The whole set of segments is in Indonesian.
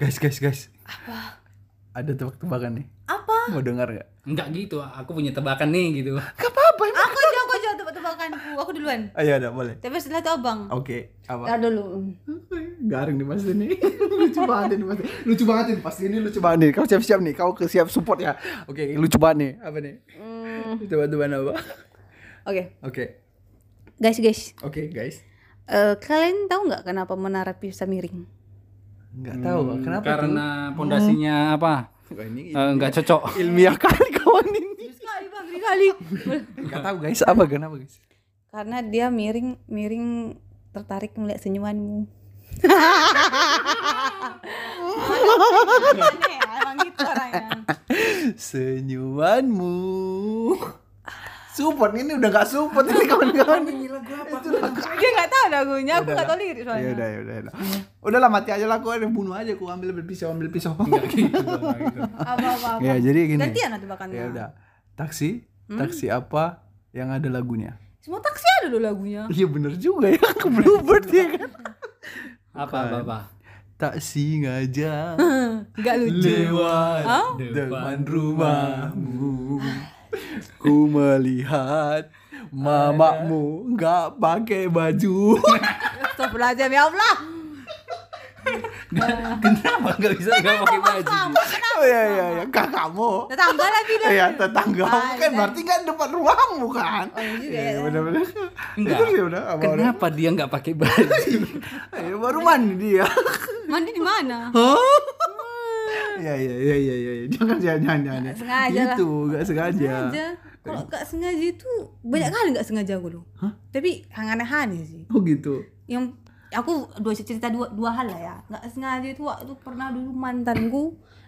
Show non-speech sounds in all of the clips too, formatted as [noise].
Guys, guys, guys. Apa? Ada tebak-tebakan nih. Apa? Mau dengar gak? Enggak gitu, aku punya tebakan nih gitu. Gak apa-apa. emang. Aku aja, aku aja tebak-tebakanku. Aku duluan. Ayo, ada boleh. Tapi setelah itu abang. Oke, apa? Ntar dulu. Garing nih pasti nih. [laughs] lucu banget ini pasti. Lucu banget ini pasti ini lucu banget nih. Kau siap-siap nih. Kau ke siap support ya. Oke, lucu banget nih. Apa nih? Hmm, Coba-coba apa? Oke, Oke. guys guys. Oke, guys. Eh, kalian tahu nggak kenapa menara bisa miring? Enggak tahu Hmm, kenapa Karena pondasinya apa? tuh? Wah, ini Eh, Enggak cocok. ilmiah kali kawan ini. Terus kali bang, terus kali. Enggak tahu guys, apa kenapa guys? [laughs] Karena dia miring miring tertarik melihat senyumanmu. Aneh ya, emang gitu orangnya. Senyumanmu. Support ini udah gak support ini kawan-kawan. Gila gua apa? Itu udah [laughs] Dia nggak tahu lagunya, aku nggak tahu lirik Ya soalnya. Iya. udah, ya udah, ya udah. Udahlah mati aja lah, aku ada bunuh aja, aku ambil pisau, ambil pisau. Iya. Apa apa apa. ya jadi gini. Gantian lah [laughs] tebakannya. Ya udah. Taksi, Hmm? taksi apa yang ada lagunya? Semua taksi ada loh lagunya. [laughs] Iya bener juga ya, aku bluebird ya kan. Apa, Bapak? Tak sengaja Nggak lucu. lewat Hah? depan rumahmu ku melihat mamamu nggak pakai [laughs] baju Stop belajar ya Allah. [laughs] Kenapa nggak bisa nggak pakai baju? oh ya ya ya kakakmu Tetangga lagi deh. ya tetanggamu Ah, kan iya. berarti kan depan rumahmu kan Oh, iya juga Iya, ya. benar-benar Enggak. itu sih udah apa udah Kenapa dia nggak pakai baju? Ya, baru mandi dia Eh. Mandi di mana? ya ya ya ya ya ya. jangan jangan jangan jangan sengaja lah. itu nggak sengaja Sengaja. Kalau nggak sengaja itu banyak kali nggak sengaja aku loh. Tapi aneh-aneh sih. oh gitu yang aku dua cerita dua dua hal lah ya nggak sengaja itu waktu pernah dulu mantanku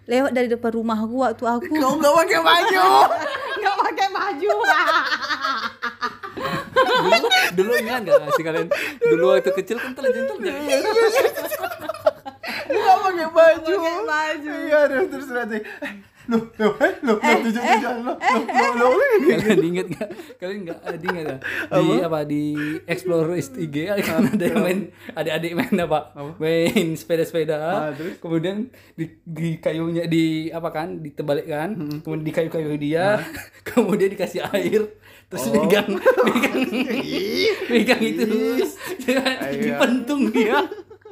lewat dari depan rumahku waktu aku kau nggak pakai baju nggak pakai baju dulu, dulu ingat nggak sih kalian? Dulu waktu kecil kental jentel ya. nggak pakai baju Nggak pakai baju. iya terus terus nanti eh, lo lo eh lo lo tujuh tujuh lo lo lo lo Kalian ingat nggak? Kalian nggak ada ingat nggak? Di apa di explore IG kan ada yang main adik-adik main apa? Main sepeda-sepeda. Ah, terus? kemudian di, di kayunya di apa kan ditebalikkan, Hmm. kemudian di kayu-kayu Ah. dia, [laughs] kemudian dikasih air, terus Oh. megang megang megang itu, dipentung dia.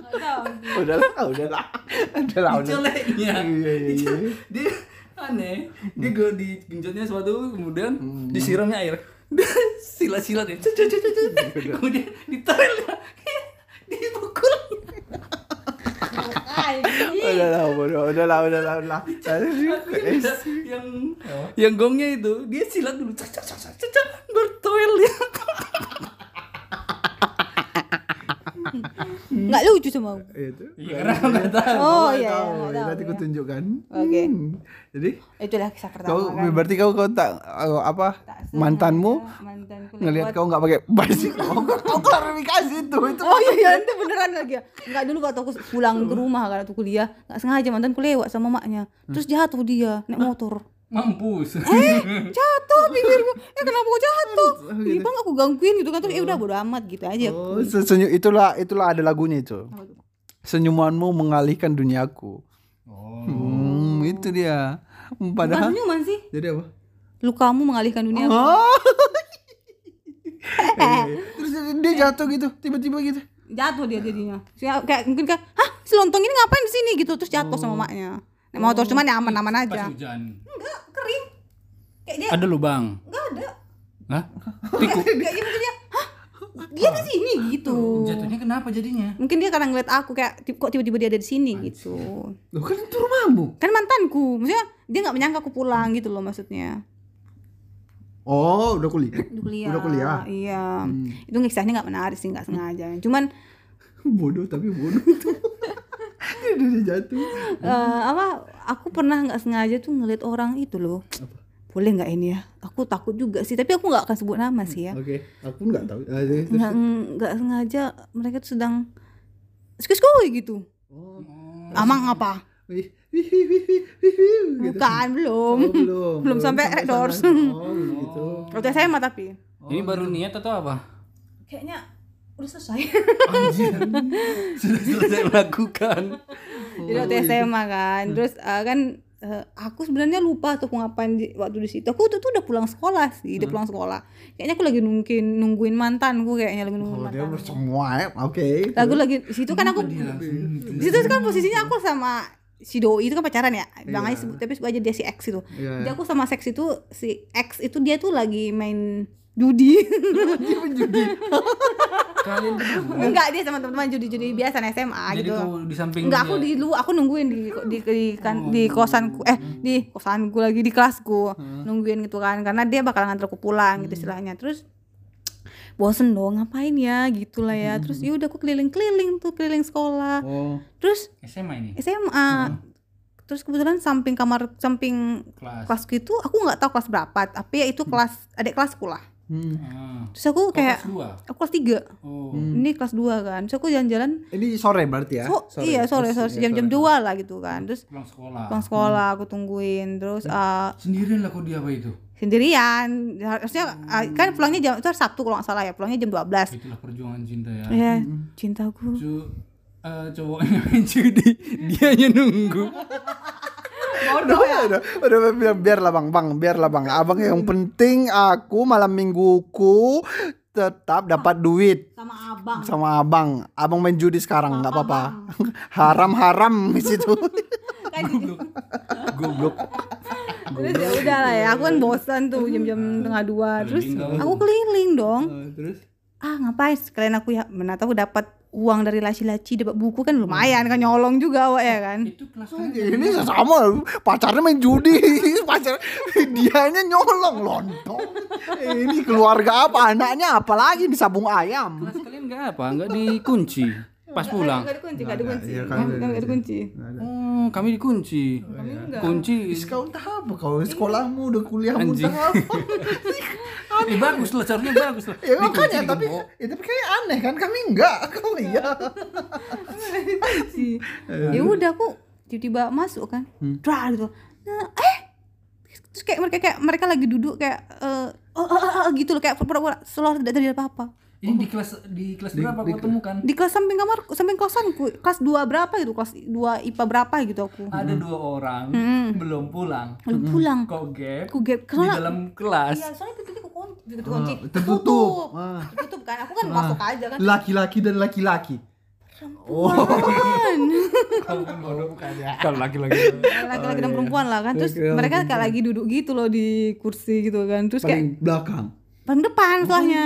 udahlah udahlah udahlah udahlah coleknya Iya, iya, iya. [laughs] dia aneh dia gue digenjotnya suatu kemudian disiramnya air [laughs] silat-silat ya Cet, cet, cet, cet, cet. kemudian ditarik [laughs] dipukul udahlah bodoh udahlah udahlah udahlah Yang- yang yang gongnya itu dia silat dulu cak cak cak cak cak, cak bertoel dia nggak lucu sama aku itu Iya, karena nggak tahu. oh iya tahu iya, nggak ya, tahu, nanti iya. ku tunjukkan Oke. Hmm. jadi itulah kisah pertama kau kan. berarti kau kau tak eh, apa Tak sengaja mantanmu mantanku ngelihat lewat. kau nggak pakai baju [laughs] kau kau klarifikasi itu itu oh iya iya itu beneran lagi ya nggak dulu waktu aku pulang ke rumah kan waktu kuliah nggak sengaja mantanku lewat sama maknya terus jatuh dia naik motor Eh, mampus jatuh pinggirku eh kenapa kok jatuh Ih, bang aku gangguin gitu kan terus ya udah bodo amat gitu aja Oh, sesenyum itulah itulah ada lagunya itu. Senyumanmu mengalihkan duniaku. Oh. Hmm, itu dia. Hmm, Bukan [laughs] Padahal senyuman sih jadi apa? lukamu mengalihkan dunia aku. [laughs] Oh. [laughs] Terus dia jatuh gitu, tiba-tiba gitu. jatuh dia jadinya Saya kayak mungkin kayak hah si lontong ini ngapain di sini gitu terus jatuh sama maknya naik motor cuman ya aman-aman aja hujan enggak kering kayak dia ada lubang enggak ada Iya. Hah? tiku kayak gitu dia hah dia di sini gitu jatuhnya kenapa jadinya mungkin dia karena ngeliat aku kayak "Ti- kok tiba-tiba dia ada di sini gitu Loh kan itu rumahmu. kan mantanku maksudnya dia nggak menyangka aku pulang gitu loh maksudnya Oh, udah kuliah. Udah kuliah. Udah kuliah. Hmm. Iya. Itu kisahnya nggak menarik sih, nggak sengaja. Cuman [laughs] Bodoh tapi bodoh itu. [laughs] Dia- dia jatuh. eh, apa? Aku pernah nggak sengaja tuh ngeliat orang itu loh. Boleh nggak ini ya? Aku takut juga sih, tapi aku nggak akan sebut nama sih ya. Oke, aku nggak tahu. Ah, terus- Hmm. terus. Nggak nggak sengaja mereka tuh sedang skuskoy gitu. Oh. Amang apa? Wih, wih, wih, wih, wih, wih, wih, gitu. Bukan belum. Oh, belum. Belum sampai sana. Red Doors. Oh, gitu. Waktu SMA tapi. Oh, ini baru niat atau [laughs] apa Kayaknya udah selesai. Anjir. Sudah selesai melakukan. [laughs] Jadi waktu Oh, SMA kan, Hmm. terus eh, kan eh, aku sebenarnya lupa tuh aku ngapain di- waktu di situ. Aku tuh, tuh udah pulang sekolah sih, Hmm. udah pulang sekolah. Kayaknya aku lagi nungguin nungguin mantanku kayaknya lagi nungguin Oh, dia mantan. udah semua ya. Oke. Iya, Lagu lagi di situ kan aku di situ kan posisinya aku sama si doi itu kan pacaran ya. Bilang aja sebut tapi sebut aja dia si X itu. Iya, Jadi iya. aku sama X itu si X itu dia tuh lagi main judi. [laughs] Dia menjudi. Kalian [laughs] berdua Enggak dia sama teman-teman judi-judi biasa anak SMA Jadi gitu. kau di samping Enggak, dia. aku di lu, aku nungguin di di di, kan, di kosanku eh di kosanku lagi di kelasku nungguin gitu kan karena dia bakal nganter aku pulang gitu istilahnya. Terus bosen dong ngapain ya gitu lah ya. Terus ya udah aku keliling-keliling tuh keliling sekolah. Oh. Terus SMA ini SMA terus kebetulan samping kamar samping kelas. kelasku itu aku nggak tahu kelas berapa tapi ya itu kelas adik kelasku lah. Hmm. Ah. Terus aku Kau kayak kelas dua. aku kelas 3. Oh. Ini kelas 2 kan. Terus aku jalan-jalan Ini sore berarti ya? so- iya sore sore jam-jam 2 lah gitu kan. Terus Pulang sekolah. pulang sekolah aku tungguin terus eh, Sendirian lah kau dia apa itu? sendirian harusnya eh, kan pulangnya jam itu hari Sabtu kalau nggak salah ya pulangnya jam 12 Itulah perjuangan cinta ya. ya cintaku Cu, eh, cowoknya [laughs] main judi, dianya nunggu. Udah, udah, udah, udah, ya, biar, biarlah bang, bang, biarlah bang. Abang yang penting aku malam mingguku tetap dapat duit sama abang sama abang. Abang main judi sekarang nggak apa-apa. [laughs] Haram-haram di [laughs] situ. kan Goblok. terus ya udah lah ya aku kan bosan tuh jam-jam tengah dua terus Keliling dong. aku keliling dong Eh, Terus ah ngapain sekalian aku ya mana tahu dapat uang dari laci-laci dapat buku kan lumayan kan nyolong juga awak ya kan itu kelas Ini sama pacarnya main judi, [laughs] pacar dianya nyolong lontong. Ini keluarga apa? Anaknya apa lagi di sabung ayam? kelas kalian nggak apa? Nggak dikunci. Pas pulang. Nggak dikunci nggak dikunci Iya, kan, Nggak- nggak dikunci Oh, kami dikunci. Kunci. Kau entah apa kau sekolahmu udah kuliahmu Anjing. entah apa. Eh, bagus lah, caranya bagus lah. Ya Dikunci, makanya tapi digembok. ya, tapi kayak aneh kan kami enggak [laughs] kau iya. ya udah aku tiba-tiba masuk kan Hmm. dra gitu nah, eh terus kayak mereka kayak mereka lagi duduk kayak eh, oh, oh, oh, oh, gitu loh kayak pura-pura seolah tidak terjadi apa-apa Ini di kelas di kelas berapa kau temukan? di kelas samping kamar samping kosanku kelas 2 berapa gitu kelas 2 IPA berapa gitu aku Ada dua orang belum pulang. lalu Hmm. pulang Kau gap aku gap di karena dalam kelas. iya soalnya pintunya aku kunci pintu kunci Ah, tertutup. Tutup. Ah. Tutup kan aku kan masuk aja kan Laki-laki dan laki-laki. Kalau laki-laki. laki-laki dan perempuan lah kan terus mereka kayak lagi duduk gitu loh di kursi gitu kan terus kayak Paling belakang. paling depan soalnya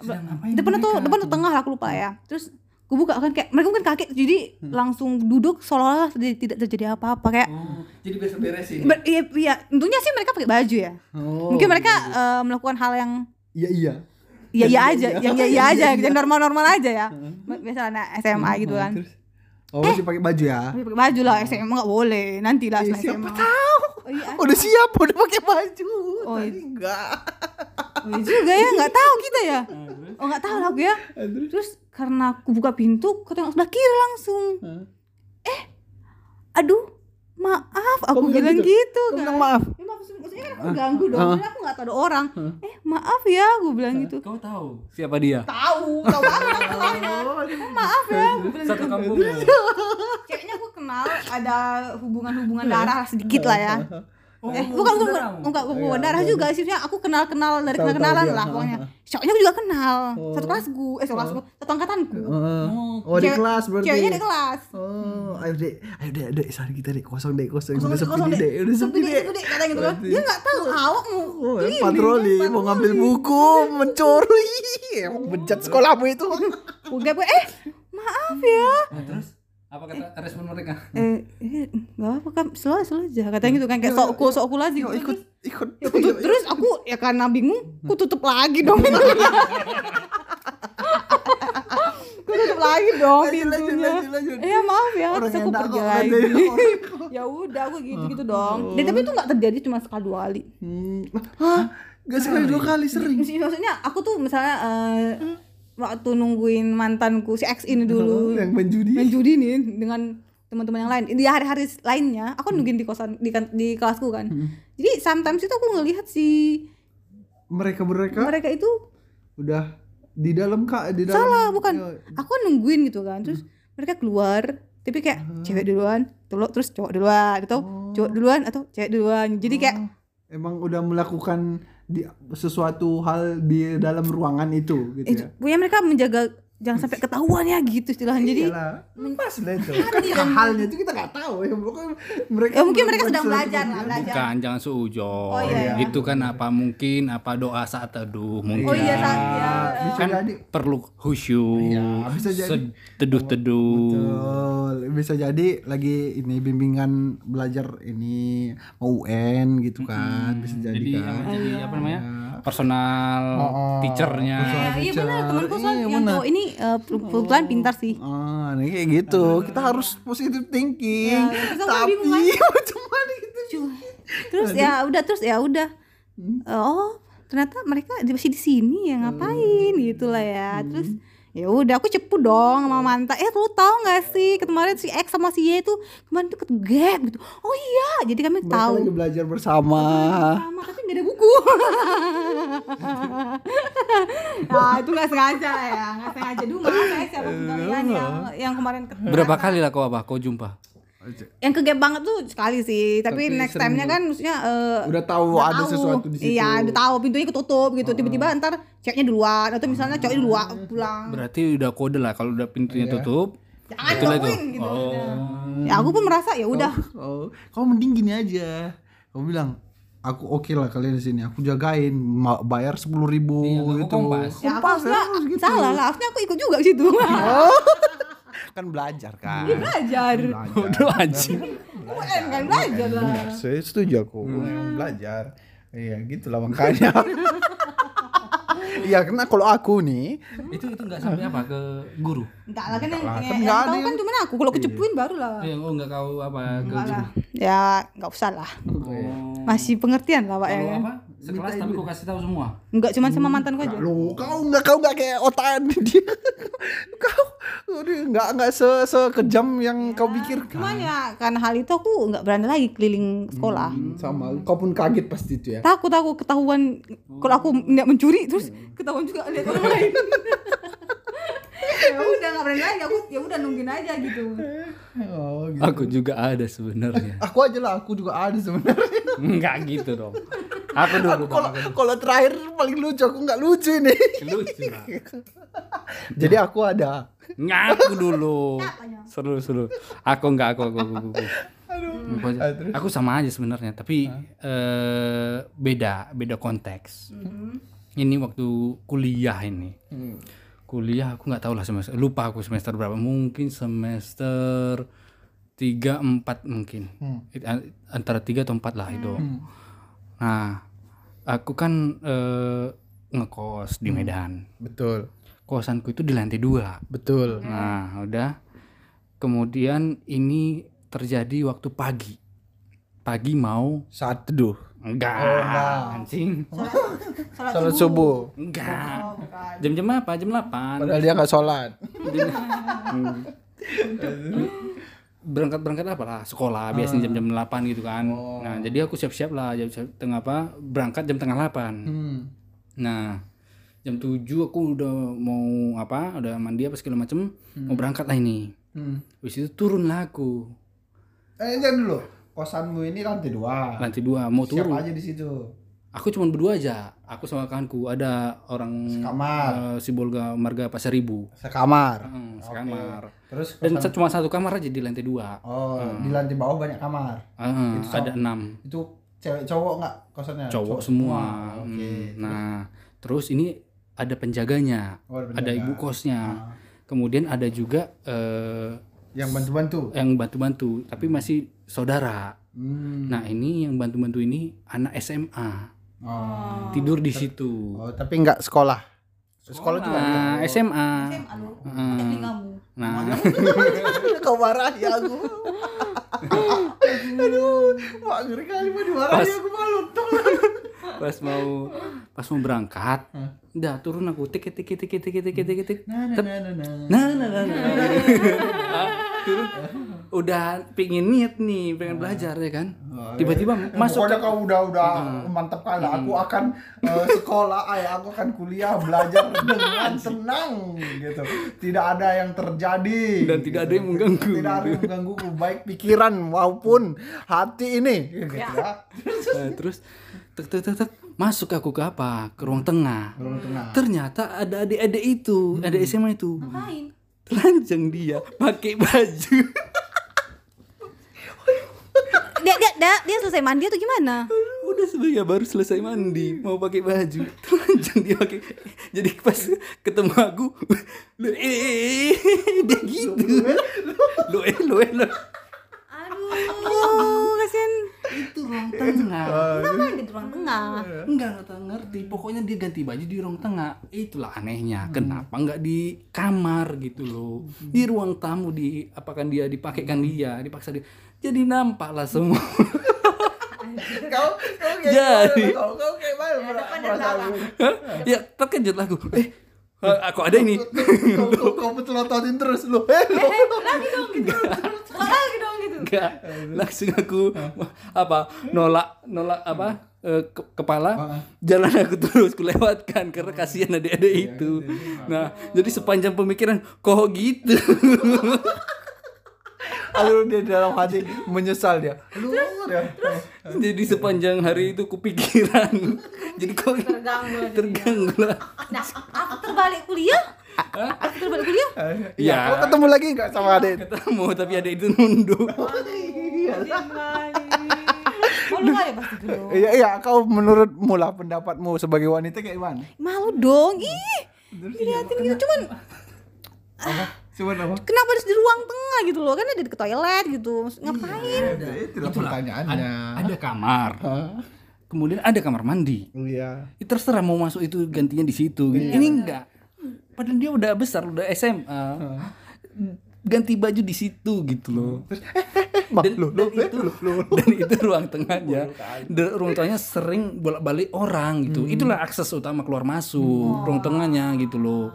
Sedang ngapain? depan tuh depan tuh tengah lah aku lupa ya terus gue buka kan kayak mereka mungkin kaget jadi langsung duduk seolah-olah tidak tidak terjadi apa-apa kayak Ah, Oh, jadi biasa beresin. ber- iya, iya, tentunya sih mereka pakai baju ya Oh. mungkin mereka eh, melakukan hal yang Iya iya. iya iya aja yang iya iya aja yang normal-normal aja ya biasa anak SMA gitu kan Oh masih pakai baju ya? Tapi pakai baju lah SMA nggak boleh nanti lah Eh, setelah siapa SMA tahu? Oh iya, Udah siap, udah pakai baju. Oh, Tadi iya. enggak. Oh iya juga ya nggak tahu kita ya oh nggak tahu lah aku ya terus karena aku buka pintu aku tengok sebelah kiri langsung Hah? eh aduh maaf aku bilang bilang gitu? gitu, Kau kan bilang maaf? Ya, maaf, maksudnya kan aku ganggu dong karena aku nggak tahu ada orang eh maaf ya aku bilang gitu Kau tahu siapa dia? tahu tahu banget aku soalnya oh, maaf ya aku bilang Satu gitu kampung. ceweknya aku kenal ada hubungan-hubungan darah lah sedikit lah ya Oh, eh bukan bukan bukan saudaramu. enggak bukan darah juga sih maksudnya aku kenal kenal dari Iya, Tahu-tahu kenal kenalan dia. lah pokoknya cowoknya aku juga kenal satu kelas gue eh satu kelas gue satu angkatanku Oh, di Cewek- kelas berarti. ceweknya di kelas Oh, ayo dek, ayo dek, dek, sehari kita dek, kosong dek, kosong, Kosong udah deh, sepi kosong nih, deh. dek, udah Sepi sepi deh, dek. sepi deh, katanya gitu kan Berarti- dia nggak tahu kan? awak mau Oh, keliling, patroli, Oh. mau ngambil buku, mencuri, emang bejat sekolahmu itu. Gua gap, gua, eh maaf ya Nah, terus apa kata respon mereka? eh eh, nggak apa kan slow slow aja katanya gitu kan kayak sok aku sok aku lagi Yuk, Iya, ikut, Iya, ikut. Ya, aku tut- terus aku ya karena bingung, aku tutup [laughs] lagi dong Iya. pintunya. aku tutup lagi dong Lanjut, lanjut, pintunya. lanjut, lanjut. Iya maaf ya, Orang terus aku enak pergi kok, lagi. katanya. [laughs] ya udah aku gitu-gitu dong. Dan tapi itu nggak terjadi cuma sekali dua kali. Hmm, Hah? Gak sekali dua kali sering. Maksudnya maksudnya aku tuh misalnya eh, Hmm. waktu nungguin mantanku si X ini dulu Yang menjudi. main judi nih dengan teman-teman yang lain di hari-hari lainnya aku nungguin di kosan di, kan- di kelasku kan jadi sometimes itu aku ngelihat si Mereka mereka mereka itu udah di dalam kak, di dalam. salah bukan Yo, Hmm. aku nungguin gitu kan terus mereka keluar tapi kayak cewek duluan dulu terus cowok duluan atau cowok duluan atau cewek duluan jadi kayak emang udah melakukan di, sesuatu hal di dalam ruangan itu gitu eh, ya. punya mereka menjaga jangan sampai ketahuan ya gitu istilahnya jadi Iyalah, pas lah itu. Kan ya halnya itu kita nggak tahu ya. Pokoknya mereka ya mungkin mereka melakukan sedang sesuatu belajar lah yang- belajar Bukan, Kan, jangan seujon. Oh, iya, iya. Itu kan apa mungkin apa doa saat teduh mungkin. oh iya saat ya Bisa Kan jadi. perlu khusyuk. Iya, bisa jadi. sed- Teduh-teduh. Betul. Bisa jadi lagi ini bimbingan belajar ini mau UN gitu kan. Bisa jadi, Jadi, Iya. kan. apa- Iya, jadi apa namanya? Personal Iya. Oh, teachernya. personal Nah, iya benar Bicara. temanku Iya, soal yang benar. cowok ini eh, pel- pelan pintar sih Ah, nah Iya, kayak gitu. Kita harus positive thinking. Ya, terus aku tapi bingung kan. [laughs] macam mana gitu. terus ya udah terus ya udah Hmm. Eh, oh ternyata mereka di- masih di sini ya ngapain Hmm. gitu lah ya terus ya udah aku cepu dong sama manta eh lu tau gak sih kemarin si X sama si Y itu kemarin tuh ke gap gitu oh iya jadi kami Mereka lagi tahu belajar bersama. sama tapi gak ada [laughs] buku nah itu gak sengaja ya gak sengaja dulu maaf ya Eh, siapa kalian yang yang kemarin ke Berapa kali lah kau apa? Kau jumpa? Ah. yang ke gap banget tuh sekali sih tapi, Tapi next sering time-nya kan maksudnya eh, Udah tahu ada tahu. sesuatu di situ. Iya, udah tahu pintunya ketutup gitu. Tiba-tiba ntar ceweknya duluan atau misalnya cowoknya duluan pulang. Berarti udah kode lah kalau udah pintunya Iya. tutup. Jangan itulah itu. gangguin gitu. Oh. Ya aku pun merasa ya udah. Oh, kamu mending gini aja. Kamu bilang, aku oke lah kalian di sini. Aku jagain, ma- bayar sepuluh ribu Iya, kamu gitu. kompas. Ya aku Kompas, harusnya harus gitu. Iya. salah lah, harusnya aku ikut juga di situ. Kan belajar kan. [laughs] belajar. Bodoh anjing. UN Iya. kan belajar lah. Benar, saya setuju aku. Belajar. Iya, gitulah [laughs] makanya. Iya, karena kalau aku nih, itu itu nggak sampai apa ke guru? Enggak lah kan yang, lah, yang, kan yang nggak ada tahu kan yang- Iya. cuma aku. Kalau kecepuin baru lah. Eh, oh nggak kau apa ke Enggak guru? lah. Ya nggak usah lah. Oh. Masih pengertian lah Pak ya. Kalau Oh. kan? apa? Sekelas tapi kau kasih tahu semua. Enggak cuma sama mantanku aja. lu kau nggak kau nggak kayak otak [laughs] dia. kau aduh, nggak nggak se sekejam yang kau pikirkan. Cuman ya karena hal itu aku nggak berani lagi keliling sekolah. Hmm. Sama, kau pun kaget pasti itu ya. takut aku ketahuan kalau Oh. aku nggak mencuri terus ketahuan juga lihat [laughs] orang lain ya udah nggak berani lagi aku ya udah nungguin aja gitu Oh, gitu. Aku juga ada sebenarnya. [laughs] Aku aja lah, aku juga ada sebenarnya. Enggak gitu dong. Aku dulu Kalau kalau terakhir paling lucu aku nggak lucu ini. lucu lah. Jadi aku ada. Ngaku dulu. Seru seru. Aku enggak aku aku aku. aku, aku. Aku aja. Aku sama aja sebenarnya, tapi eh, beda beda konteks. Ini waktu kuliah ini. Kuliah aku nggak tahu lah semester. Lupa aku semester berapa. Mungkin semester 3 4 mungkin. It- an- Antara 3 atau 4 lah itu. Nah, aku kan eh, ngekos di Medan Betul, kosanku itu di lantai dua. betul. Nah, udah. Kemudian ini terjadi waktu pagi. Pagi mau Saat teduh. enggak, Oh, anjing. Salat subuh. Enggak. Jam-jam apa? Jam 8. Oh, Padahal dia nggak sholat. Berangkat-berangkat apa lah? Sekolah biasanya jam-jam Ah. 8 gitu kan. Oh. Nah, jadi aku siap-siap lah jam siap- tengah apa? Berangkat jam tengah 8. Hmm. Nah, jam 7 aku udah mau apa? Udah mandi apa segala macem mau berangkat lah ini. Hmm. Habis itu turunlah aku. Eh, jangan dulu. Kosanmu ini lantai dua. Lantai dua mau turun. Siapa aja di situ? aku cuma berdua aja aku sama kawanku ada Hmm. orang Sekamar. eh, si Bolga Marga Pasar Ibu Sekamar. Hmm, sekamar Terus dan Hmm. kosan- sa- cuma satu kamar aja di lantai dua Oh, di lantai bawah banyak kamar. Eh, Itu sama. ada enam Itu cewek cowok nggak kosannya? cowok semua Oke. Hmm, nah terus ini ada penjaganya Oh, ada ada penjaga. ibu kosnya Ah. kemudian ada juga eh, yang bantu-bantu. yang bantu-bantu tapi masih saudara Hmm. nah ini yang bantu-bantu ini anak SMA Oh. tidur di situ Oh, tapi nggak sekolah. Sekolah, juga. nah [laughs] SMA Hmm. Tapi kamu nah Kau marah ya [laughs] aku. Aduh, wah ngeri kali mau dimarahin aku malu. pas mau pas mau berangkat Hah? udah turun aku tik tik tik tik Nah, tik tik tik tik Nah, nah, nah, nah, nah. nah nah nah nah Ah, turun udah pingin niat nih pengen belajar ya kan tiba-tiba Eh, masuk pokoknya ke- Hmm. kau udah udah mantap kali aku akan eh, sekolah ay aku akan kuliah [laughs] belajar dengan senang gitu tidak ada yang terjadi dan gitu. tidak ada yang mengganggu tidak ada yang mengganggu baik pikiran maupun hati ini gitu ya. Eh, terus tek tek tek tek, masuk aku ke apa ke ruang tengah Ruang tengah. Hmm. ternyata ada adik-adik itu ada SMA itu Ngapain? telanjang dia pakai baju Dia dia dia, dia selesai mandi atau gimana? udah sebenarnya ya, baru selesai mandi mau pakai baju [laughs] telanjang dia pakai jadi pas ketemu aku lu eh dia gitu lu eh lu eh lu Aduh, Oh, kasihan. itu ruang tengah Ngapain di ruang tengah? enggak enggak tahu ngerti pokoknya dia ganti baju di ruang tengah itulah anehnya kenapa enggak di kamar gitu loh di ruang tamu di apakan dia dipakaikan dia dipaksa dia jadi nampak lah [laughs] semua kau kau kayak Jadi. gimana? kau kau kayak mana perasaan ya terkejut lah aku eh aku ada ini kau kau kau petelototin terus lu eh lu Lagi dong gitu. lagi dong gitu. enggak langsung aku apa nolak nolak apa eh, ke- kepala jalan aku terus kulewatkan karena kasihan adik-adik itu nah Oh, iya. jadi sepanjang pemikiran kok gitu Aduh dia dalam hati menyesal dia. ya. Lu dia. jadi sepanjang hari itu kupikiran jadi kok gitu? Terganggu. terganggu lah Nah, aku terbalik kuliah. Aku terbalik kuliah. Iya, Ya. kau ketemu lagi nggak sama adik? ketemu tapi adik itu nunduk Iya. Malu lah ya pasti dulu. Iya iya, kau menurut mula pendapatmu sebagai wanita kayak gimana? Malu dong. Ih. Dilihatin gitu cuman Apa? Cuman apa? kenapa harus di ruang tengah gitu loh? Kan ada di ke toilet gitu. Maksud- Ngapain? Ya, Itulah pertanyaannya. ada kamar Hah? kemudian ada kamar mandi Iya. Ya, terserah mau masuk itu gantinya di situ gitu. ini enggak padahal dia udah besar udah SMA ganti baju di situ gitu loh Bah, dan, lu dan lu itu dan itu ruang tengahnya Dan ruang tengahnya sering bolak balik orang Hmm. gitu itulah akses utama keluar masuk ruang tengahnya gitu loh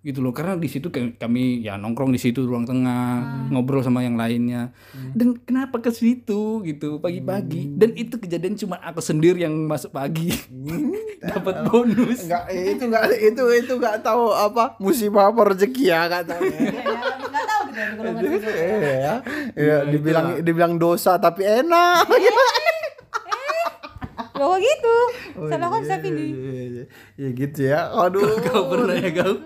gitu loh karena di situ kayak kami ya nongkrong di situ ruang tengah ngobrol sama yang lainnya Hmm. dan kenapa ke situ gitu pagi-pagi dan itu kejadian cuma aku sendiri yang masuk pagi [laughs] dapat bonus Hmm. enggak eh, itu enggak itu itu enggak tahu apa musibah apa rezeki ya enggak tahu. Enggak Iya, tahu gitu di golongan Iya, [laughs] Iya, iya, dibilang dibilang dosa tapi enak. [laughs] Bawa gitu. Salah konsep ini. Oh, Iya, Ya gitu ya. Aduh. kau pernah ya kau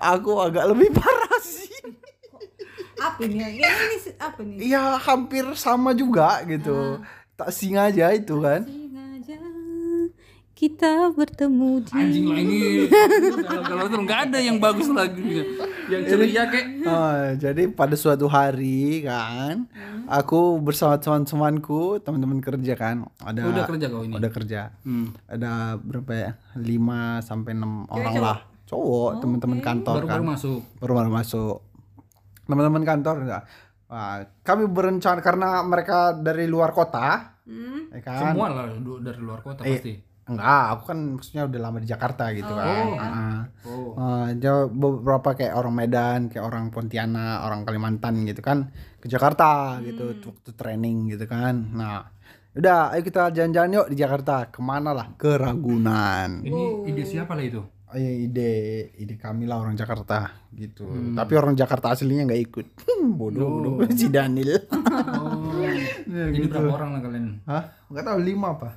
Aku agak lebih parah sih. Apa ini? Ini, ini si- apa nih? Iya hampir sama juga gitu. Tak sing aja itu kan. Sengaja kita bertemu di anjing lagi kalau terus nggak ada yang bagus lagi yang ceria kayak Ah, jadi pada suatu hari kan, Hmm. aku bersama teman-temanku, teman-teman kerja kan, ada Oh, Udah kerja kau ini? Hmm. Udah kerja. Ada berapa ya? 5 sampai 6 orang lah. Cowok, teman-teman kantor baru kan. baru Oh, masuk baru masuk teman-teman kantor enggak Wah, kami berencana karena mereka dari luar kota Hmm? ya kan Iya. semua lah du- dari luar kota pasti enggak aku kan maksudnya udah lama di Jakarta gitu kan Heeh. oh Eh, dia beberapa kayak orang Medan, kayak orang Pontianak, orang Kalimantan gitu kan ke Jakarta gitu Hmm. waktu training gitu kan. Nah, udah ayo kita jalan-jalan yuk di Jakarta. Kemana lah? Ke Ragunan. ini ide siapa lah itu Iya ide ide kami lah orang Jakarta gitu. Hmm. Tapi orang Jakarta aslinya nggak ikut. [laughs] Hmm, bodoh bodoh [laughs] si Daniel. [laughs] Gitu. oh jadi berapa orang lah kalian Hah? Nggak tahu lima apa?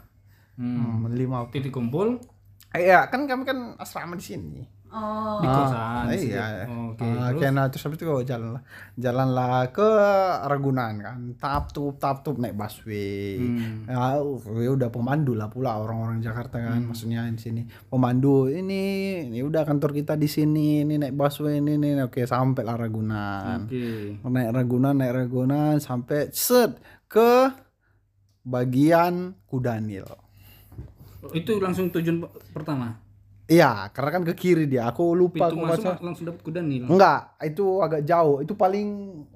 hmm. Hmm, lima apa? titik kumpul Eh, Iya kan kami kan asrama di sini. Oh, di kosan Ah, di situ. iya. oke Ah, terus Oke, nah terus habis itu kau jalan lah. Jalan lah ke Ragunan kan. Tap tup tap tup naik busway. Hmm. Ya, uh, udah pemandu lah pula orang-orang Jakarta Hmm. kan. Maksudnya di sini pemandu ini ini udah kantor kita di sini. Ini naik busway ini nih. Oke, sampai lah Ragunan. oke Naik Ragunan, naik Ragunan sampai set ke bagian Kudanil. itu langsung tujuan pe- pertama Iya, karena kan ke kiri dia. Aku lupa Pintu aku masuk nggak salah. langsung dapat kuda nih. langsung. Enggak, itu agak jauh. Itu paling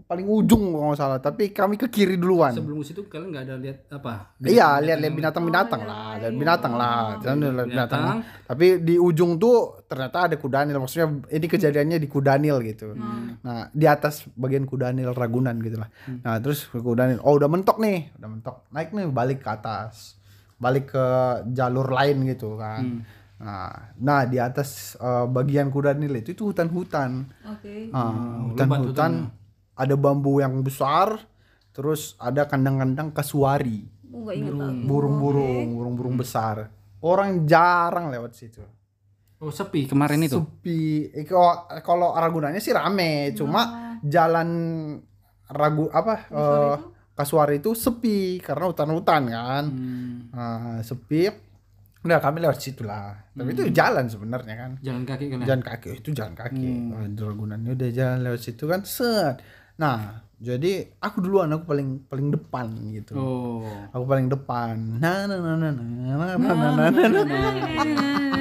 paling ujung kalau nggak salah. Tapi kami ke kiri duluan. Sebelum ke situ kalian nggak ada lihat apa? Iya, lihat-lihat binatang-binatang lah, lihat binatang lah, Jangan lihat binatang. lah. Tapi di ujung tuh ternyata ada kudanil. Maksudnya ini kejadiannya di kudanil gitu. Nah, di atas bagian kudanil Ragunan gitu lah. Nah, terus ke kudanil, oh udah mentok nih, udah mentok. Naik nih balik ke atas. Balik ke jalur lain gitu kan. Nah, nah di atas eh, bagian kudanil itu itu hutan-hutan. Oke. Ah, hutan-hutan ada bambu yang besar, terus ada kandang-kandang kasuari Oh, gak inget aku. burung-burung, burung-burung besar. Orang jarang lewat situ. Oh sepi kemarin itu. Sepi. Eh, kalau- Kalau Ragunannya sih rame, cuma jalan Ragu apa eh, Kasuari itu sepi karena hutan-hutan kan. Hmm. Ah, sepi. Udah kami lewat situ lah. Tapi itu jalan sebenarnya kan. Jalan kaki kalian. Jalan kaki Oh, itu jalan kaki. Ah, di Ragunannya udah jalan lewat situ kan. Set. Nah, jadi aku duluan aku paling paling depan gitu Oh. aku paling depan na na na na na na na na na nah, na na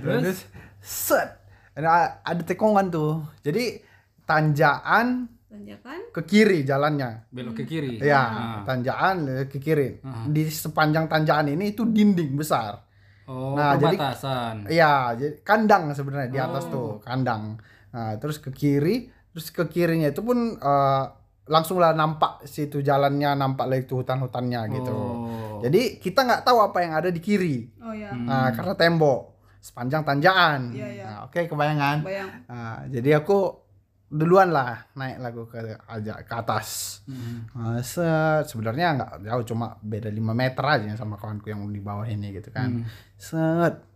terus set ada, ada tekongan tuh jadi tanjakan Tanjakan. ke kiri jalannya Belok ke kiri. ya tanjakan ke kiri di sepanjang tanjakan ini itu dinding besar Oh Nah, jadi- perbatasan. Iya, jadi kandang sebenarnya di atas tuh Oh. kandang. Nah, terus ke kiri, terus ke kirinya itu pun eh, langsung lah nampak situ jalannya, nampak lah itu hutan-hutannya gitu. Oh. Hmm. Jadi kita nggak tahu apa yang ada di kiri, Oh ya. nah, karena tembok sepanjang tanjakan. Iya, iya. Nah, Oke, kebayangan. Bayang. Nah, jadi aku duluan lah naik lagu ke aja ke atas. Hmm. Nah, Hmm. set sebenarnya nggak jauh cuma beda 5 meter aja sama kawanku yang di bawah ini gitu Hmm. kan. Set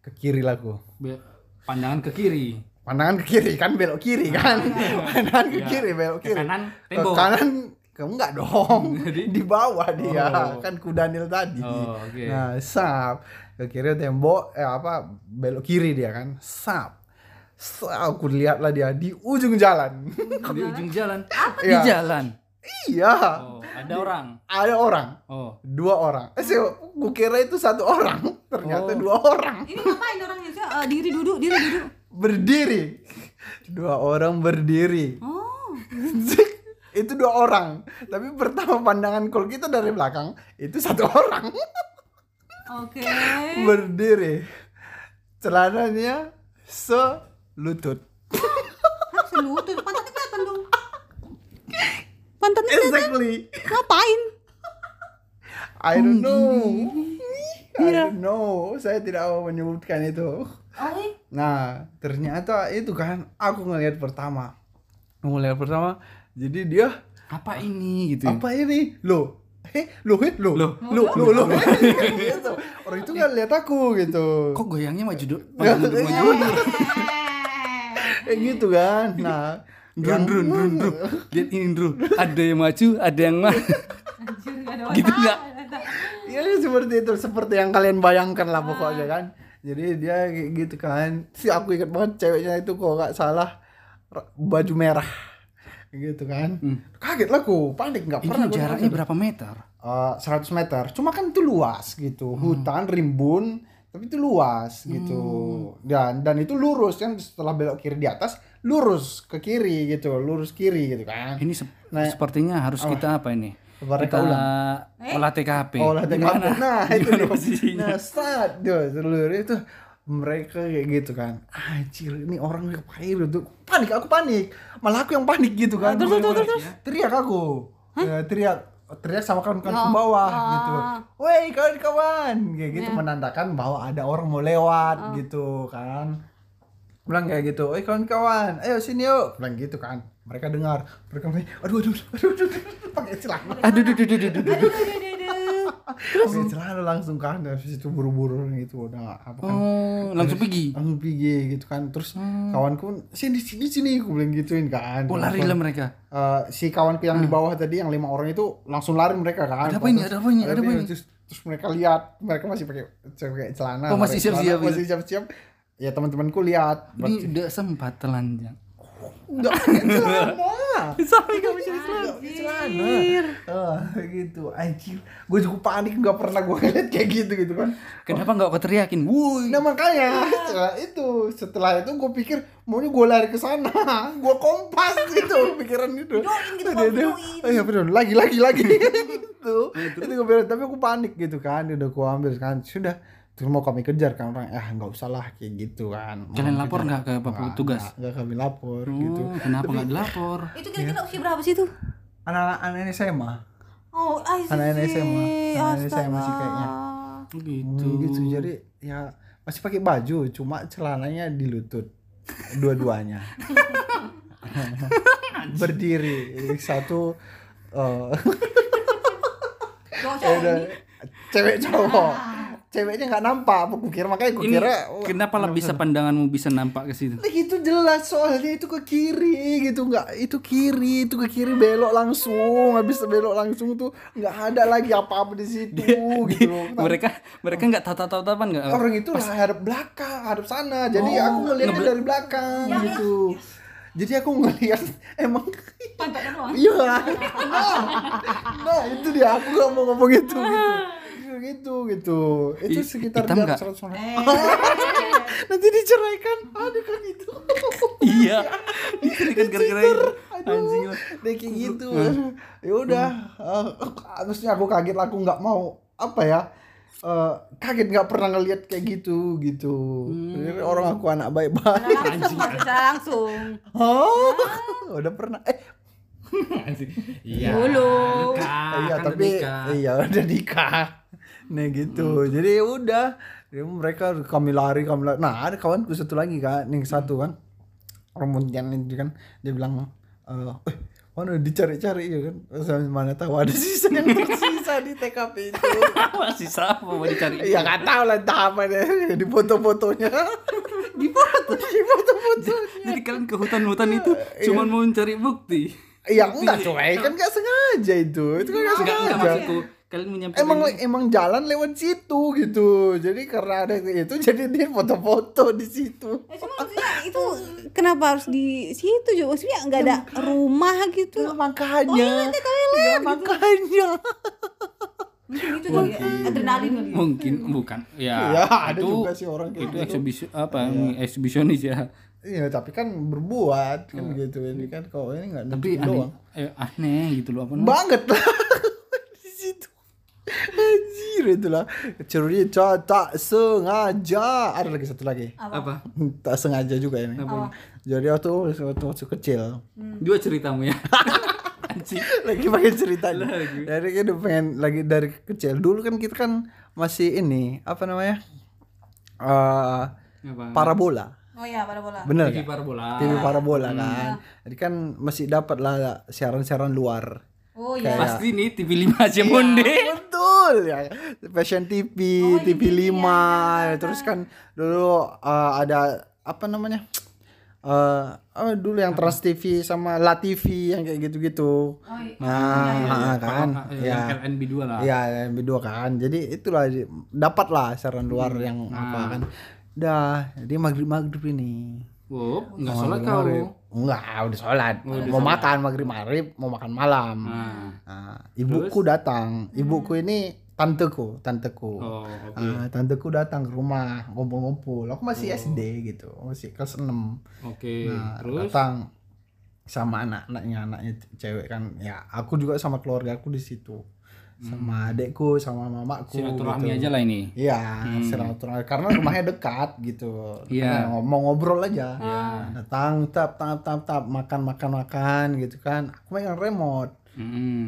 ke kiri lagu. Be- pandangan ke kiri. Pandangan ke kiri kan belok kiri Ah. kan. [laughs] Pandangan ke Iya. kiri belok Ke kiri. kanan Ke tembok. kanan ke enggak dong. [laughs] Jadi? di bawah dia Oh. kan kudanil tadi. Oh, oke. Nah, sap. Ke kiri tembok eh apa belok kiri dia kan. Sap. Sap, aku lihatlah dia di ujung jalan. [laughs] Di ujung jalan. Iya. Di jalan. iya, Oh, ada orang. ada orang, Oh. dua orang. Eh, sih, kukira itu satu orang, ternyata Oh. dua orang Ini ngapain orangnya? Saya, eh, diri duduk, diri duduk. berdiri. Dua orang berdiri. Oh. itu dua orang, tapi pertama pandangan kalau kita dari belakang itu satu orang Oke. berdiri. Celananya selutut. Selutut. Kan Pantatnya kelihatan dong. Pantatnya kelihatan. Exactly. Ngapain? I don't know. I don't know. Saya tidak mau menyebutkan itu. Oh, eh. Nah, ternyata itu kan aku ngelihat pertama. Aku ngelihat pertama, jadi dia Apa ini gitu? ya? Ah. apa ini? Loh, eh, loh, eh, loh, Loh. loh, loh, loh, [laughs] Gitu. Orang itu nggak lihat aku gitu. Kok goyangnya maju [laughs] dulu? Maju dulu, maju dulu. Eh, gitu kan. Nah, Drun, yang- drun, drun, drun. Lihat ini, drun. Ada yang maju, ada yang [laughs] maju. gitu nggak? Iya seperti itu, seperti yang kalian bayangkan lah pokoknya kan. Jadi dia kayak gitu kan. Si aku ingat banget ceweknya itu kalau nggak salah ra- baju merah gitu kan. Kaget lah aku, panik nggak Hmm. Ini pernah. gua jaraknya berapa meter? Eh, 100 meter. Cuma kan itu luas Hmm. gitu, hutan rimbun, tapi itu luas gitu. Hmm. Dan dan itu lurus kan setelah belok kiri di atas, lurus ke kiri gitu, lurus kiri gitu kan. Ini se- Nah, sepertinya harus kita apa ini? Sebarang Kita Eh? olah TKP. Oh lah Gimana? [laughs] Nah itu Gimana dia. posisinya? Nah start dia telur itu mereka kayak gitu kan. Anjir ini orang ngapain itu panik aku panik. Malah aku yang panik gitu kan. terus, terus, terus, Teriak aku. Ya, teriak teriak sama kawan Ya. kawan ke bawah Ah. gitu. Woi kawan-kawan kayak Ya. gitu menandakan bahwa ada orang mau Ah. lewat gitu kan bilang kayak gitu, eh kawan-kawan, ayo sini yuk, bilang gitu kan, mereka dengar, mereka bilang, aduh aduh aduh aduh, [laughs] aduh, pakai celana, Aduh, duh, duh, duh, duh, duh, duh. terus pakai celana langsung kan, terus itu buru-buru gitu, udah apa kan, Oh, langsung pergi. langsung pergi gitu kan, terus kawanku sini sini sini, aku bilang gituin kan, Oh, lari lah mereka. Ah. Eh, si kawanku yang di bawah tadi yang lima orang itu langsung lari mereka kan. Ada apa ini? Terus- Ada apa ini? Ada apa ini? Terus, terus mereka lihat, mereka masih pakai pakai celana. Oh, masih pakai celana, siap-siap Masih siap-siap. Ya teman-temanku lihat. [laughs] Ini udah sempat telanjang. Nggak pakai celana. celana Sampai Gak bisa di celana. Di celana Eh, gitu anjir gue cukup panik nggak pernah gue lihat kayak gitu gitu kan Kenapa nggak kau teriakin? Wuy. Nah makanya Iya. setelah itu setelah itu gue pikir maunya gue lari ke sana, [laughs] gue kompas [laughs] gitu pikiran itu. gitu, Dia- dia- Oh iya bener, lagi lagi [laughs] lagi gitu. Nah, itu gue bilang tapi aku panik gitu kan, udah gue ambil kan sudah terus mau kami kejar kan orang ah nggak usah lah kayak gitu kan Mau Kalian kami lapor kejar. nggak ke bapak Nggak, petugas? nggak, nggak kami lapor gitu Gitu. Kenapa nggak dilapor? Itu kira-kira usia berapa sih tuh? anak-anak SMA Oh, I see. Anak-anak SMA. Anak-anak SMA sih kayaknya. Gitu. Hmm, gitu jadi ya masih pakai baju cuma celananya di lutut dua-duanya [laughs] berdiri satu eh, Cowok-cowok udah, ini. cewek cowok ceweknya nggak nampak aku kira makanya aku Ini kira kenapa lah bisa pandanganmu bisa nampak ke situ? Lagi itu jelas soalnya itu ke kiri gitu nggak itu kiri itu ke kiri belok langsung habis belok langsung tuh nggak ada lagi apa-apa di situ gitu loh. [laughs] Oh. mereka mereka nggak tatap-tatapan nggak? orang itu lah hadap belakang hadap sana jadi Oh, aku ngeliatnya iya. dari belakang gitu jadi aku ngeliat [laughs] emang Pantatnya doang. iya [laughs] no no itu dia aku gak mau ngomong itu gitu gitu gitu itu I- sekitar hitam jarak nggak? 100 orang Eh. [laughs] nanti diceraikan aduh kan itu [laughs] iya. Kan gara-gara [laughs] itu. Aduh, anjing lah. dia kayak gitu ya udah eh, terusnya aku kaget lah, aku nggak mau apa ya eh, kaget nggak pernah ngelihat kayak gitu gitu Jadi orang aku anak baik-baik [laughs] Langsung kok secara langsung. oh udah pernah eh Iya. Dulu. kan iya tapi iya [laughs] udah nikah nah Hmm. gitu jadi ya udah Jadi mereka kami lari kami lari nah ada kawanku satu lagi kan yang satu kan remuntian itu kan dia bilang eh "Eh, mana dicari-cari ya kan Terus mana tahu ada sisa yang tersisa di TKP [laughs] itu [laughs] masih siapa mau dicari? ya nggak tahu lah entah apa deh di [laughs] foto-fotonya di foto di foto-foto Jadi kalian ke hutan-hutan itu Iya. cuman mau mencari bukti. ya enggak cuy kan nggak sengaja itu itu kan nggak Enggak enggak sengaja maksudku. Kalian menyampaikan emang emang jalan lewat situ gitu jadi karena ada itu [laughs] jadi dia foto-foto di situ Ya, cuma maksudnya itu Iya, Itu kenapa harus di situ juga? Maksudnya nggak ada rumah gitu. Nah, makanya ya, makanya mungkin itu kali ya. adrenalin kali. ya. mungkin bukan. Ya, ya ada itu juga sih orang kayak itu gitu eksibisi apa eksibisionis ya. iya tapi kan berbuat kan gitu ini kan kalau ini nggak Iya. Tapi nunjuk aneh, doang eh, aneh gitu loh apa namanya? banget lah [laughs] di situ anjir itu lah cerita tak sengaja ada lagi satu lagi apa? tak sengaja juga ini jadi waktu waktu, waktu kecil Dua ceritamu [laughs] ya. Anjing. lagi pengen ceritanya Lagi. dari kan udah pengen lagi dari kecil dulu kan kita kan masih ini apa namanya Eh Apa? parabola Oh iya, pada bola. bener TV nggak? parabola. TV parabola kan jadi kan masih dapat lah siaran-siaran luar Oh iya. Kayak- Pasti nih TV 5 Iya. aja monde. betul ya fashion TV TV 5 terus kan dulu eh, ada apa namanya eh eh, dulu yang Trans TV sama La TV yang kayak gitu-gitu nah [laughs] kan ya Iya, LNB2 lah. Iya, yang kedua kan. Jadi itulah di- dapatlah saran luar Hmm. yang apa Nah. kan. Dah, jadi maghrib maghrib ini. Wow, Maghrib enggak salah kau. maghrib. Enggak, udah sholat. mau makan maghrib maghrib, mau makan malam. Oh, Nah. Nah, ibuku datang. Ibuku ini tanteku, tanteku. Oh, oke. Oh. Ah, tanteku datang ke rumah ngumpul-ngumpul. Aku masih SD gitu, masih kelas 6 Oke, Nah, terus datang sama anak-anaknya, anaknya ce- cewek kan. Ya, aku juga sama keluarga aku di situ. Sama adekku, sama mamaku. Hmm. silaturahmi gitu. aja lah ini. Iya, silaturahmi karena rumahnya dekat gitu. Iya. Karena Mau ngobrol aja. Datang tap tap tap tap makan makan makan gitu kan. Aku megang remote. Mm-mm. Hmm.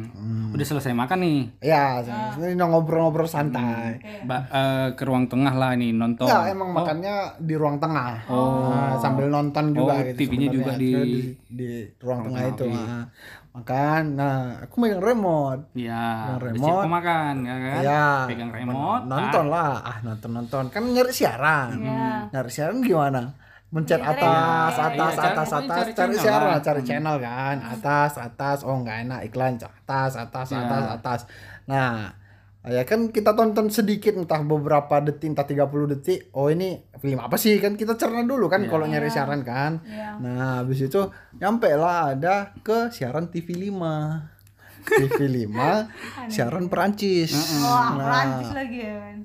Hmm. Udah Ah. selesai makan nih. Ya, ini ngobrol-ngobrol santai. Ba- eh, ke ruang tengah lah nih nonton. Enggak, emang makannya di ruang tengah. Nah, sambil nonton juga Oh. gitu Oh, TV-nya sebenarnya. juga di- Sebenarnya di ruang tengah itu. nah. makan. Nah, aku megang remote. Iya, Yang udah remote. siap mau makan, ya kan? Ya. Pegang remote. Nonton lah. Ah, nonton-nonton. Kan nyari siaran. Iya. Nyari siaran gimana? Mencet atas, atas, Ah. Iya, atas, cari- atas, cari cari channel Hmm. siaran, lah. cari channel Iya. kan. Atas, atas, oh nggak enak iklan. Atas, atas, atas, atas. Nah, Ah, Ya kan kita tonton sedikit entah beberapa detik entah 30 detik. Oh ini film apa sih? Kan kita cerna dulu Iya. kan kalau nyari siaran kan. Iya, Nah, habis itu nyampe lah ada ke siaran TV 5. TV [laughs] 5 siaran Perancis. Wah, Nah, Perancis lagi ya. men.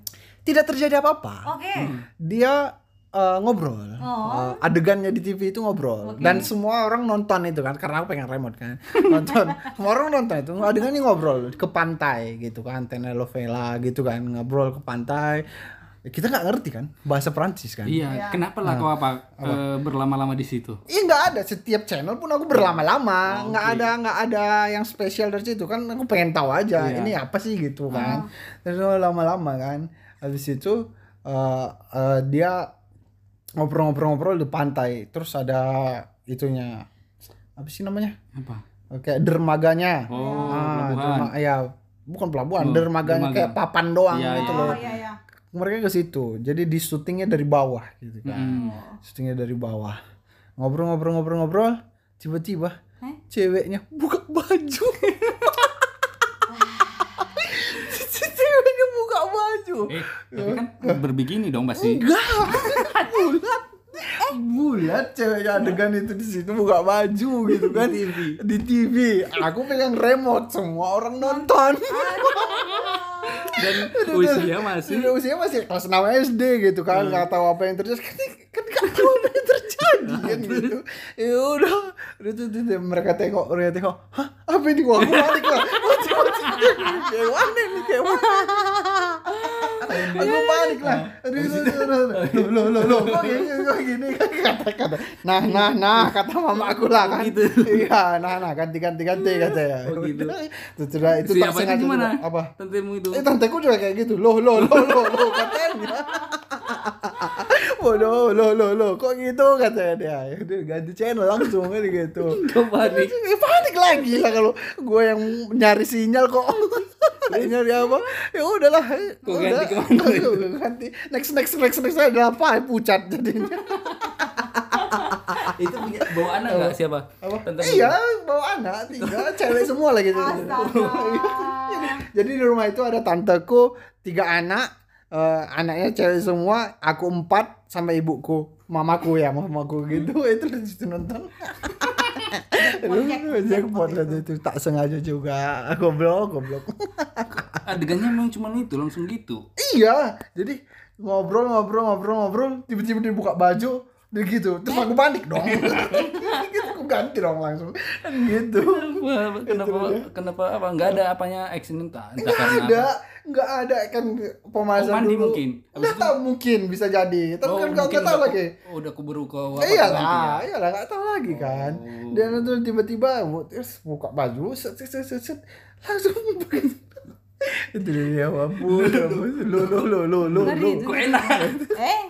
tidak terjadi Oh, apa-apa. Oke. Dia eh, ngobrol. Eh, adegannya di TV itu ngobrol dan semua orang nonton itu kan karena aku pengen remote kan. [laughs] Nonton. semua orang nonton itu adegannya ngobrol ke pantai gitu kan telenovela gitu kan ngobrol ke pantai. Kita nggak ngerti kan bahasa Perancis kan. Iya, kenapa lah kau apa, eh, berlama-lama di situ? Iya nggak ada setiap channel pun aku Oh, berlama-lama nggak ada nggak ada yang spesial dari situ kan aku pengen tahu aja Iya. ini apa sih gitu Oh. kan terus lama-lama kan habis itu eh, eh, dia ngobrol-ngobrol-ngobrol di pantai terus ada itunya apa sih namanya Apa? kayak dermaganya Oh, Ah, pelabuhan. derma- ya bukan pelabuhan Oh, dermaganya dermaga. kayak papan doang Iya, gitu Oh loh iya iya. mereka ke situ jadi di syutingnya dari bawah gitu kan syutingnya dari bawah ngobrol-ngobrol-ngobrol-ngobrol tiba-tiba ceweknya buka baju [laughs] ceweknya buka baju Eh, tapi kan berbikini dong pasti. enggak bulat Eh, bulat ceweknya adegan itu di situ buka baju gitu kan di TV. aku pegang remote semua orang nonton Dan usia masih Udah usia Iya, masih kelas 6 SD gitu kan nggak tahu apa yang terjadi kan kan nggak tahu apa yang terjadi kan gitu ya udah udah tuh tuh, tuh, mereka tengok mereka tengok hah apa ini gua gua balik lah [laughs] Gua coba cek. kayak mana ini kayak mana aku balik lah Aduh, aduh, aduh, aduh. Loh, loh, loh, kok gini, kok gini [laughs] kan kata kata nah nah nah kata mama aku lah kan iya nah nah ganti ganti ganti kata ya Oh, gitu. itu sudah itu tak Siapa sengaja itu juga. gimana? apa Tantemu itu. Eh tanteku juga kayak gitu. Loh loh loh loh loh katanya. Waduh loh loh loh kok gitu katanya dia. Ya Udah ganti channel langsung kan gitu. Kau panik. Eh, Panik lagi lah kalau gue yang nyari sinyal [laughs] kok. nyari apa? Ya udahlah. Kok udah. ganti kemana? gitu? Kok ganti. Next next next next ada apa? eh, Pucat jadinya. Itu punya bawa anak enggak siapa? Apa? Tante iya, bawa anak tiga, cewek semua gitu. lagi. Jadi di rumah itu ada tanteku tiga anak, eh, anaknya cewek semua, aku empat sama ibuku, mamaku ya, mamaku gitu. Itu di situ [laughs] nonton. Jackpot lah itu tak sengaja juga goblok goblok [laughs] Adegannya memang cuma itu, langsung gitu. iya jadi ngobrol ngobrol ngobrol ngobrol tiba-tiba dia buka baju dia gitu terus aku panik [laughs] dong gitu aku ganti dong langsung gitu Kenapa kenapa, kenapa apa enggak ada apanya accidental? Entah Nggak karena ada, nggak ada kan pemanasan Pemandi dulu. mungkin. Oh, Habis Nggak tahu mungkin bisa jadi. Tapi kan kau nggak tahu lagi. Oh, udah keburu kau gitu ya. apa Iyalah, iyalah nggak tahu lagi kan. Dan itu tiba-tiba terus buka baju, set set set set, set, langsung [laughs] ya itu dia ampun, ampun. lo lo lo lo lo lo. Kok enak? Eh,